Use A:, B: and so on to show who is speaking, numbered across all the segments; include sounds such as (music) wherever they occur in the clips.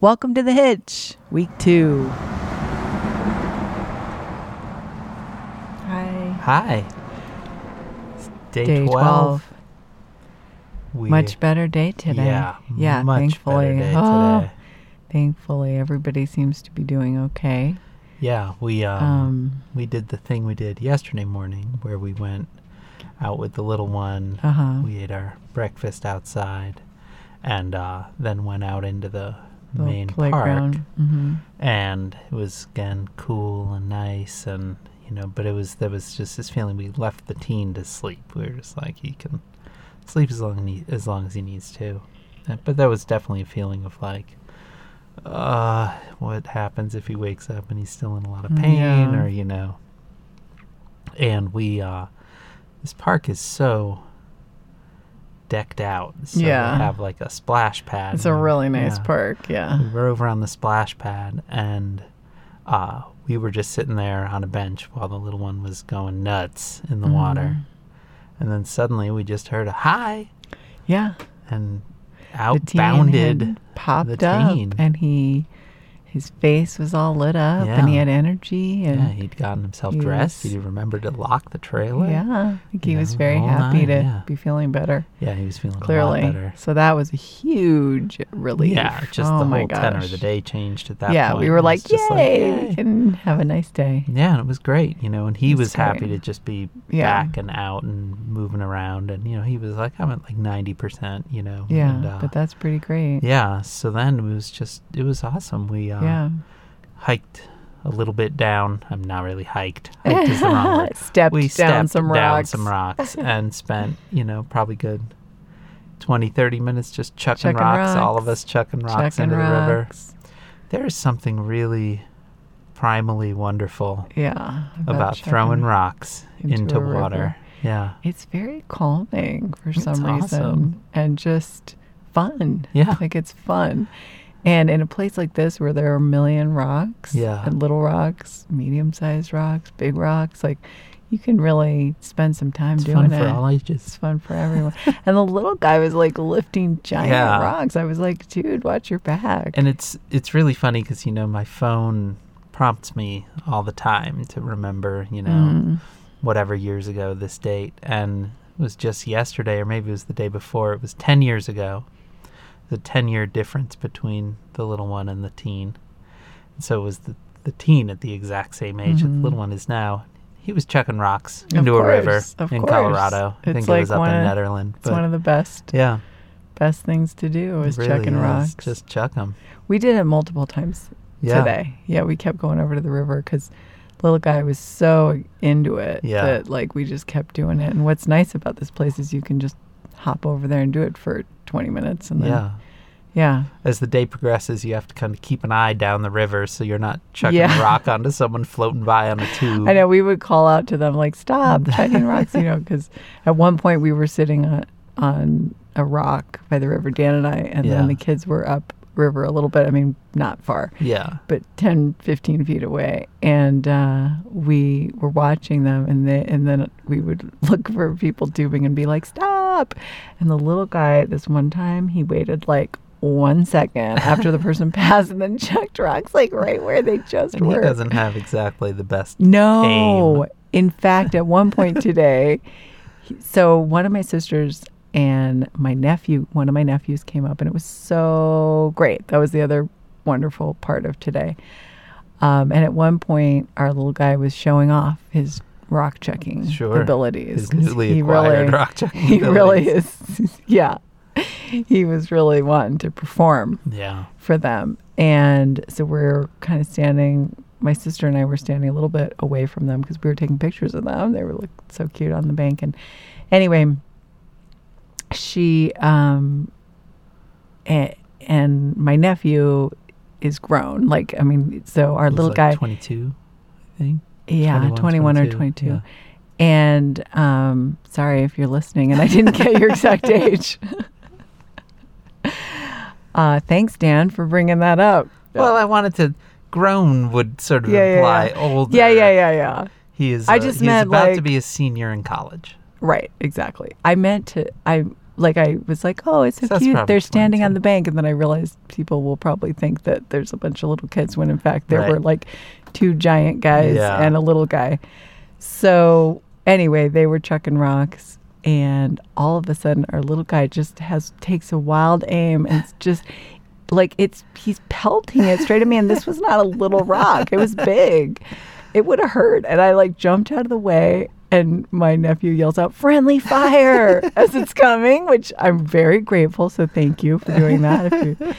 A: Welcome to The Hitch, week two. Hi.
B: Hi. It's day,
A: Day 12.
B: 12. We-
A: Much better day today.
B: Yeah.
A: Yeah,
B: much
A: thankfully.
B: better day
A: Oh,
B: today.
A: Thankfully, everybody seems to be doing okay.
B: Yeah, we um,
A: Um,
B: we did the thing we did yesterday morning where we went out with the little one.
A: uh huh.
B: We ate our breakfast outside and uh, then went out into the, main park
A: hmm
B: and it was again cool and nice and you know, but it was there was just this feeling we left the teen to sleep. We were just like he can sleep as long he, as long as he needs to. Uh, But that was definitely a feeling of like, uh, what happens if he wakes up and he's still in a lot of pain,
A: Yeah.
B: or you know. And we, uh, this park is so decked out. So they
A: Yeah.
B: have like a splash pad.
A: It's a
B: and-
A: really nice
B: yeah Mm-hmm.
A: park.
B: we
A: Yeah.
B: were over on the splash pad and uh, we were just sitting there on a bench while the little one was going nuts in the water.
A: Mm-hmm.
B: And then suddenly we just heard a hi
A: Yeah.
B: and
A: The teen
B: outbounded.
A: had popped up,
B: teen.
A: and he, his face was all lit up, and he
B: Yeah.
A: had energy,
B: Yeah,
A: and
B: he'd gotten himself
A: he
B: dressed.
A: was-
B: He remembered to lock the
A: yeah,
B: trailer.
A: I think he
B: Yeah,
A: was very
B: all
A: happy
B: night,
A: to
B: yeah.
A: be feeling better.
B: Yeah, he was feeling a lot
A: Clearly,
B: better.
A: so that was a huge relief.
B: Yeah, just
A: oh
B: the
A: my
B: whole tenor of
A: gosh.
B: the day changed at that
A: yeah,
B: point.
A: we were
B: It was
A: like,
B: just
A: yay, we
B: yay."
A: can have a nice day.
B: Yeah, and it was great, you know. And he
A: It's
B: was happy
A: great.
B: to just be
A: Yeah.
B: back and out and moving around, and you know, he was like, I'm at like ninety percent, you know.
A: Yeah,
B: and, uh,
A: but that's pretty great.
B: yeah. So then it was just, it was awesome. We uh,
A: yeah.
B: hiked a little bit down. I'm not
A: (laughs)
B: really hiked. Hiked is the wrong word.
A: stepped
B: We
A: down
B: stepped
A: some
B: down
A: rocks.
B: some
A: (laughs)
B: rocks and spent, you know, probably good 20, 30 minutes just chucking,
A: Chucking
B: rocks, All of
A: rocks.
B: us chucking rocks
A: Chucking
B: into the river.
A: rocks.
B: There is something really primally wonderful
A: Yeah.
B: about
A: chucking-
B: throwing rocks
A: into
B: into,
A: a river.
B: water. Yeah.
A: It's very calming for
B: It's
A: some reason
B: awesome.
A: and just fun.
B: Yeah.
A: Like it's fun. And in a place like this where there are a million rocks
B: Yeah.
A: and little rocks, medium sized rocks, big rocks, like you can really spend some time
B: It's
A: doing
B: fun
A: it.
B: for all
A: It's
B: ages.
A: fun for everyone. (laughs) and the little guy was like lifting giant
B: Yeah.
A: rocks. I was like, dude, watch your back.
B: And it's it's really funny because you know my phone prompts me all the time to remember you know
A: Mm.
B: whatever years ago this date and it was just yesterday or maybe it was the day before it was 10 years ago the 10 year difference between the little one and the teen so it was the, the teen at the exact same age that the little one is now he was chucking rocks
A: Mm-hmm. Of
B: into a river
A: course, of
B: in
A: course.
B: colorado i
A: It's
B: think
A: like
B: it was up
A: one
B: in
A: of-
B: netherland
A: It's
B: but
A: one of the best
B: yeah
A: best things to do is
B: really
A: checking
B: is.
A: rocks.
B: just chuck them
A: we did it multiple times
B: yeah
A: today. Yeah, we kept going over to the river because little guy was so into it
B: Yeah.
A: that like we just kept doing it. And what's nice about this place is you can just hop over there and do it for 20 minutes and then
B: yeah
A: yeah
B: as the day progresses, you have to kind of keep an eye down the river so you're not chucking
A: Yeah.
B: a rock onto someone floating by on a
A: (laughs)
B: tube.
A: I know we would call out to them like, "Stop chucking rocks," you know, because at one point we were sitting on, on a rock by the river, Dan and I, and
B: Yeah.
A: then the kids were up river a little bit. I mean, not far,
B: Yeah.
A: but 10, 15 feet away, and uh, we were watching them, and they, and then we would (laughs) look for people tubing and be like, "Stop!" And the little guy, this one time, he waited like. One second after the person (laughs) passed, and then chucked rocks like right where they just
B: And he
A: were.
B: doesn't have exactly the best.
A: No. In fact, at one
B: (laughs)
A: point today, he- so one of my sisters and my nephew, one of my nephews came up and it was so great. That was the other wonderful part of today. Um, and at one point, our little guy was showing off his rock checking
B: Sure.
A: abilities.
B: His
A: 'cause
B: newly acquired (laughs) rock
A: (laughs)
B: checking.
A: He really
B: abilities.
A: is. (laughs) Yeah. He was really wanting to perform
B: Yeah.
A: for them. And so we're kind of standing, my sister and I were standing a little bit away from them because we were taking pictures of them. They were like so cute on the bank. And anyway, she um, and, and my nephew is grown. Like, I mean, so our
B: He's
A: little
B: like
A: guy,
B: 22, I think.
A: yeah, 21,
B: 21,
A: or 22.
B: yeah.
A: And um, sorry if you're listening and I didn't get your
B: (laughs)
A: exact age. (laughs) Uh, thanks, Dan, for bringing that up.
B: Well, I wanted to. Grown would sort of
A: Yeah, yeah,
B: imply
A: yeah.
B: older.
A: Yeah, yeah, yeah, yeah.
B: He is.
A: I
B: uh,
A: just
B: he's
A: meant,
B: about
A: like-
B: to be a senior in college.
A: Right, exactly. I meant to I like I was like, oh, it's so
B: So that's
A: cute.
B: probably
A: They're standing on
B: 22.
A: the bank, and then I realized people will probably think that there's a bunch of little kids when in fact there
B: Right.
A: were like two giant guys
B: Yeah.
A: and a little guy. So anyway, they were chucking rocks, and all of a sudden, our little guy just has takes a wild aim and it's just. Like it's he's pelting it straight at me, and this was not a little rock; it was big. It would have hurt, and I like jumped out of the way, and my nephew yells out "friendly fire" (laughs) as it's coming, which I'm very grateful. So thank you for doing that. If you, uh,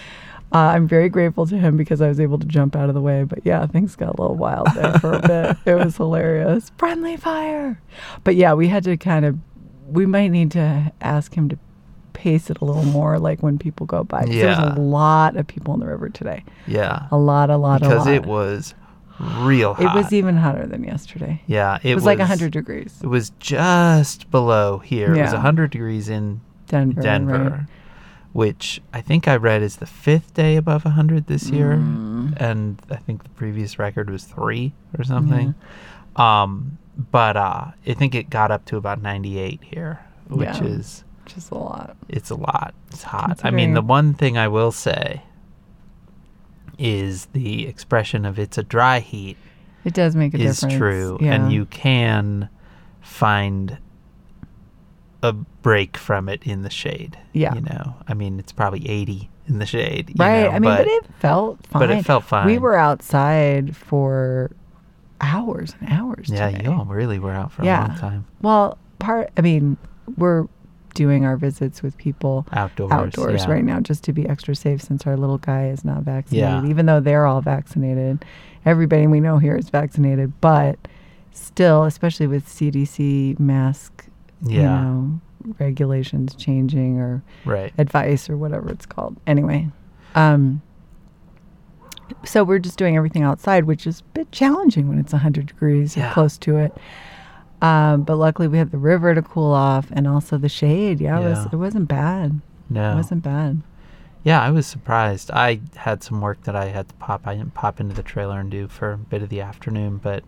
A: I'm very grateful to him because I was able to jump out of the way. But yeah, things got a little wild there for
B: (laughs)
A: a bit. It was hilarious. Friendly fire. But yeah, we had to kind of, we might need to ask him to pace it a little more, like when people go by. 'cause There's a
B: Yeah.
A: lot of people in the river today.
B: Yeah.
A: A lot, a lot,
B: Because
A: a lot.
B: it was real
A: It
B: hot.
A: was even hotter than yesterday.
B: yeah, it,
A: It, was, like like 100 degrees.
B: It was just below here. It was
A: Yeah.
B: 100 degrees in
A: Denver.
B: Denver,
A: Right?
B: which I think I read is the fifth day above 100 this year.
A: Mm.
B: And I think the previous record was three or something. Um, but uh, I think it got up to about 98 here, which
A: Yeah.
B: is,
A: Just a lot.
B: it's a lot. It's hot. I mean, the
A: Considering-
B: one thing I will say is the expression of it's a dry heat
A: It does make a
B: is
A: difference.
B: true
A: Yeah.
B: and you can find a break from it in the shade
A: Yeah.
B: you know i mean it's probably 80 in the shade you
A: Right.
B: know,
A: I mean, but, it felt fine.
B: but it felt fine
A: We were outside for hours and hours.
B: yeah
A: today.
B: you all really were out for a
A: Yeah.
B: long time
A: Well, part. I mean, we're doing our visits with people
B: outdoors
A: outdoors
B: yeah.
A: right now just to be extra safe since our little guy is not vaccinated.
B: Yeah.
A: Even though they're all vaccinated, everybody we know here is vaccinated, but still, especially with CDC mask, you
B: yeah
A: know, regulations changing or
B: right
A: advice or whatever it's called. Anyway, um, so we're just doing everything outside, which is a bit challenging when it's 100 degrees
B: Yeah.
A: or close to it. Um, but luckily, we had the river to cool off and also the shade. Yeah, It,
B: Yeah.
A: was, it wasn't bad. It
B: no
A: wasn't bad.
B: yeah i was surprised i had some work that i had to pop i didn't pop into the trailer and do for a bit of the afternoon but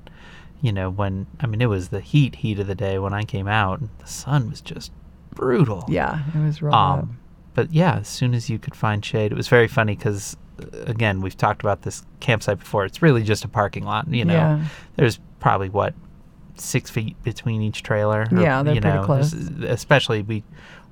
B: you know when i mean it was the heat heat of the day when i came out and the sun was just brutal
A: Yeah, it was real. bad.
B: Um, but yeah, as soon as you could find shade, it was very funny because, again, we've talked about this campsite before. It's really just a parking lot. You know,
A: Yeah.
B: there's probably what six feet between each trailer.
A: Yeah, they're
B: you
A: pretty
B: know, there's- Especially we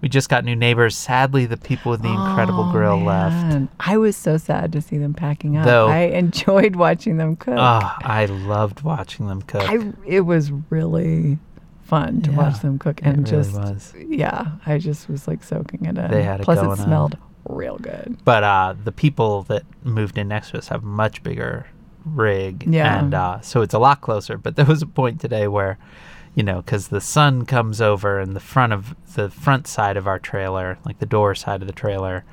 B: we just got new neighbors. Sadly, the people with the incredible
A: Oh,
B: grill left.
A: man. I was so sad to see them packing up.
B: Though-
A: I (laughs) enjoyed watching them cook.
B: Ah, I loved watching them cook.
A: I, it was really fun to watch
B: Yeah,
A: them cook
B: it
A: and
B: really
A: just
B: was.
A: yeah i just was like soaking it in
B: They had it
A: plus
B: going
A: it
B: on.
A: smelled real good
B: but uh, the people that moved in next to us have much bigger rig
A: Yeah.
B: and uh, so it's a lot closer but (laughs) there was a point today where you know because the sun comes over and the front of the front side of our trailer like the door side of the trailer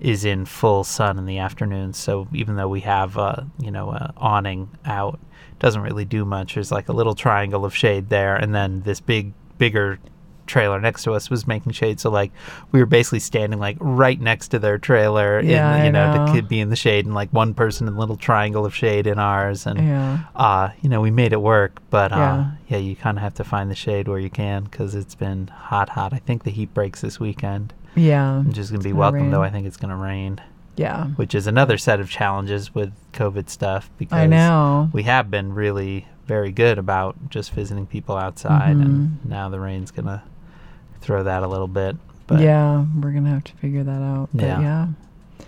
B: is in full sun in the afternoon so even though we have uh, you know a awning out it doesn't really do much there's like a little triangle of shade there and then this big bigger trailer next to us was making shade so like we were basically standing like right next to their trailer
A: Yeah,
B: in,
A: I
B: you know,
A: know.
B: to kid be in the shade and like one person in the little triangle of shade in ours and
A: yeah
B: uh you know we made it work but uh yeah,
A: Yeah.
B: you kind of have to find the shade where you can because it's been hot hot i think the heat breaks this weekend
A: yeah
B: i'm just gonna be
A: gonna
B: welcome though i
A: rain.
B: think it's gonna rain
A: yeah
B: which is another set of challenges with covid stuff because
A: i know
B: we have been really very good about just visiting people outside
A: Mm-hmm.
B: and now the rain's gonna throw that a little bit but
A: yeah we're gonna have to figure that out but
B: Yeah.
A: yeah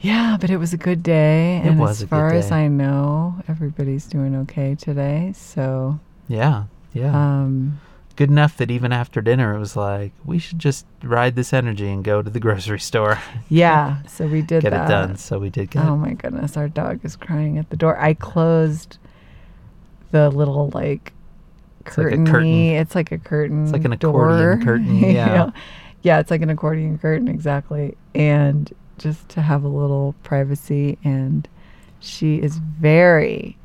A: yeah but it was a good day
B: It
A: and
B: was
A: as
B: a good
A: far as
B: day.
A: i know everybody's doing okay today so
B: yeah yeah
A: um
B: good enough that even after dinner it was like we should just ride this energy and go to the (laughs) grocery store (laughs)
A: yeah so we did
B: get
A: that
B: it done so we did get
A: Oh my goodness, our dog is crying at the door. I closed the little like
B: It's like a
A: curtain.
B: curtain.
A: It's like a curtain.
B: like an
A: door. (laughs)
B: accordion curtain,
A: You
B: yeah.
A: know? yeah, it's like an accordion curtain exactly, and just to have a little privacy. And she is very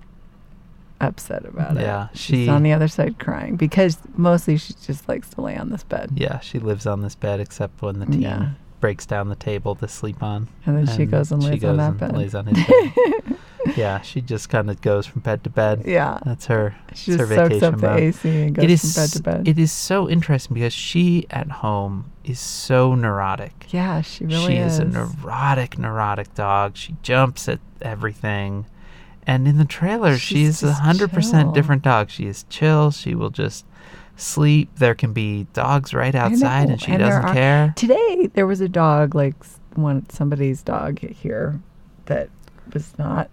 A: upset about it.
B: Yeah,
A: she's
B: she-
A: on the other side crying because mostly she just likes to lay on this bed.
B: yeah she lives on this bed except when the team
A: Yeah.
B: breaks down the table to sleep on
A: And then she goes and
B: she
A: lays on
B: goes
A: that
B: and
A: bed.
B: lays on his bed yeah, she just kind of goes from bed to bed.
A: (laughs) Yeah.
B: That's her.
A: She
B: it's
A: just
B: her
A: soaks up
B: vacation
A: the
B: mode.
A: AC and goes
B: it is
A: from bed to bed.
B: it is so interesting because she at home is so neurotic.
A: yeah, she really
B: she
A: is.
B: is. a neurotic, neurotic dog. She jumps at everything. And in the trailer,
A: She's
B: she's a
A: just
B: 100%
A: chill.
B: different dog. She is chill. She will just sleep. There can be dogs right outside
A: know,
B: and she
A: and there
B: doesn't
A: are-
B: care.
A: Today there was a dog, like s- one somebody's dog here, that was not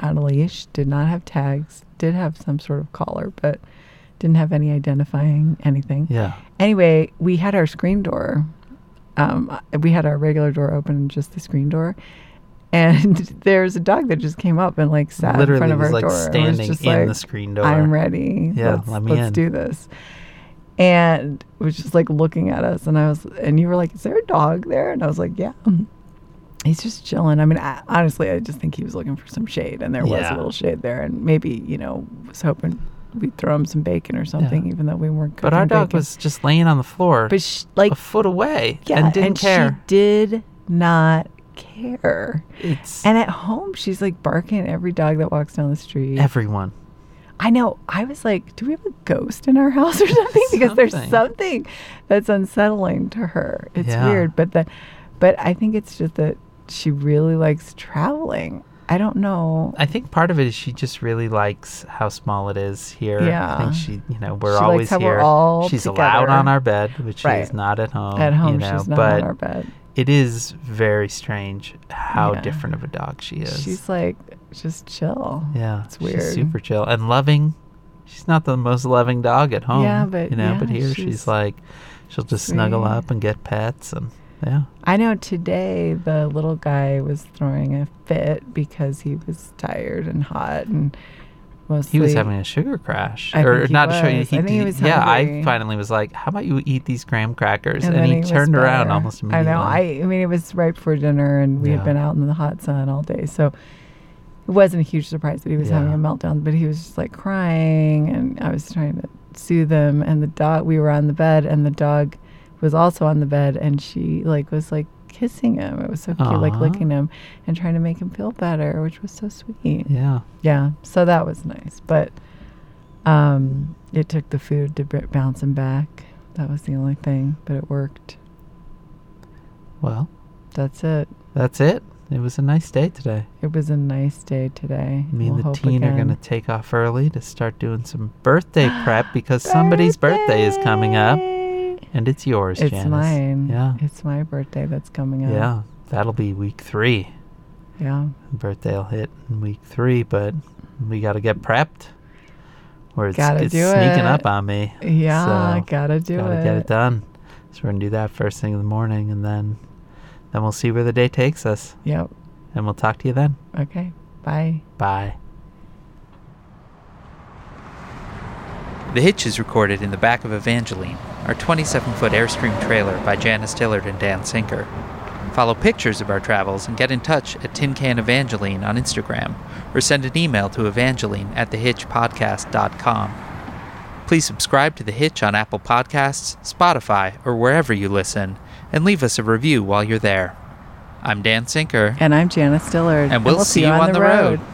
A: on a leash, did not have tags, did have some sort of collar, but didn't have any identifying anything.
B: Yeah.
A: Anyway, we had our screen door. Um, we had our regular door open, and just the screen door. And (laughs) there's a dog that just came up and like sat
B: Literally
A: in front of
B: was
A: our
B: like
A: door. and was
B: standing
A: just
B: in
A: like,
B: the screen door.
A: I'm ready.
B: Yeah,
A: let's,
B: let me
A: let's
B: in."
A: do this. And was just like looking at us, and I was, and you were like, "Is there a dog there?" And I was like, "Yeah." He's just chilling. I mean, I, honestly, I just think he was looking for some shade, and there was
B: Yeah.
A: a little shade there, and maybe you know was hoping we'd throw him some bacon or something, even though we weren't.
B: but our
A: cooking
B: dog
A: bacon.
B: was just laying on the floor
A: but she, like,
B: a foot away
A: yeah,
B: and didn't care.
A: she did not care.
B: it's
A: And at home, she's like barking at every dog that walks down the street.
B: everyone.
A: I know. I was like, do we have a ghost in our house or (laughs) something? Because there's
B: Something.
A: something that's unsettling to her. It's
B: Yeah.
A: weird, but that, but I think it's just that she really likes traveling. I don't know.
B: I think part of it is she just really likes how small it is here. I
A: Yeah.
B: think she, you know, we're
A: She likes
B: always
A: how
B: here.
A: we're all
B: she's allowed on
A: together.
B: our bed, which she is
A: Right.
B: not at home.
A: At home,
B: you know,
A: she's not
B: but
A: on our bed.
B: it is very strange how
A: Yeah.
B: different of a dog she is.
A: She's like just chill.
B: yeah,
A: it's
B: She's
A: weird.
B: super chill and loving. She's not the most loving dog at home.
A: Yeah, but-
B: you know,
A: yeah,
B: but here she's,
A: she's
B: like, she'll just snuggle
A: sweet.
B: up and get pets and yeah,
A: I know today the little guy was throwing a fit because he was tired and hot and mostly
B: he was having a sugar crash
A: I
B: or
A: think he
B: not a sugar.
A: was. I think he was
B: yeah, I
A: hungry.
B: finally was like, how about you eat these graham crackers? And,
A: then
B: he,
A: was
B: turned around
A: better.
B: almost immediately.
A: I know. I, I mean, it was right before dinner, and we
B: Yeah.
A: had been out in the hot sun all day, so it wasn't a huge surprise that he was having
B: Yeah.
A: a meltdown. But he was just like crying, and I was trying to soothe him. And the dog, we were on the bed, and the dog was also on the bed, and she like was like kissing him. It was so cute, like
B: Aw.
A: licking him and trying to make him feel better, which was so sweet.
B: yeah.
A: Yeah, so that was nice, but um, it took the food to b- bounce him back. That was the only thing, but it worked.
B: Well,
A: That's it.
B: that's it. It was a nice day today.
A: It was a nice day today.
B: Me and
A: We'll
B: the
A: hope
B: teen are
A: again.
B: going to take off early to start doing some
A: (gasps)
B: birthday prep because somebody's birthday is coming up
A: Birthday!
B: and it's yours,
A: It's
B: Janice.
A: mine.
B: Yeah.
A: It's my birthday that's coming up.
B: Yeah. That'll be week three.
A: Yeah.
B: Birthday'll hit in week three, but we got to get prepped. Or it's,
A: Gotta
B: it's
A: do
B: sneaking up
A: it.
B: on me.
A: Yeah,
B: So,
A: gotta do
B: gotta
A: it.
B: get it done. So we're going to do that first thing in the morning and then then we'll see where the day takes us.
A: Yep.
B: And we'll talk to you then.
A: Okay. Bye.
B: Bye.
C: The Hitch is recorded in the back of Evangeline, our 27 foot Airstream trailer by Janice Dillard and Dan Sinker. Follow pictures of our travels and get in touch at Tin Can Evangeline on Instagram or send an email to evangeline at thehitchpodcast.com. Please subscribe to The Hitch on Apple Podcasts, Spotify, or wherever you listen, and leave us a review while you're there. I'm Dan Sinker,
A: And I'm Janice Dillard.
C: and we'll see you on the road.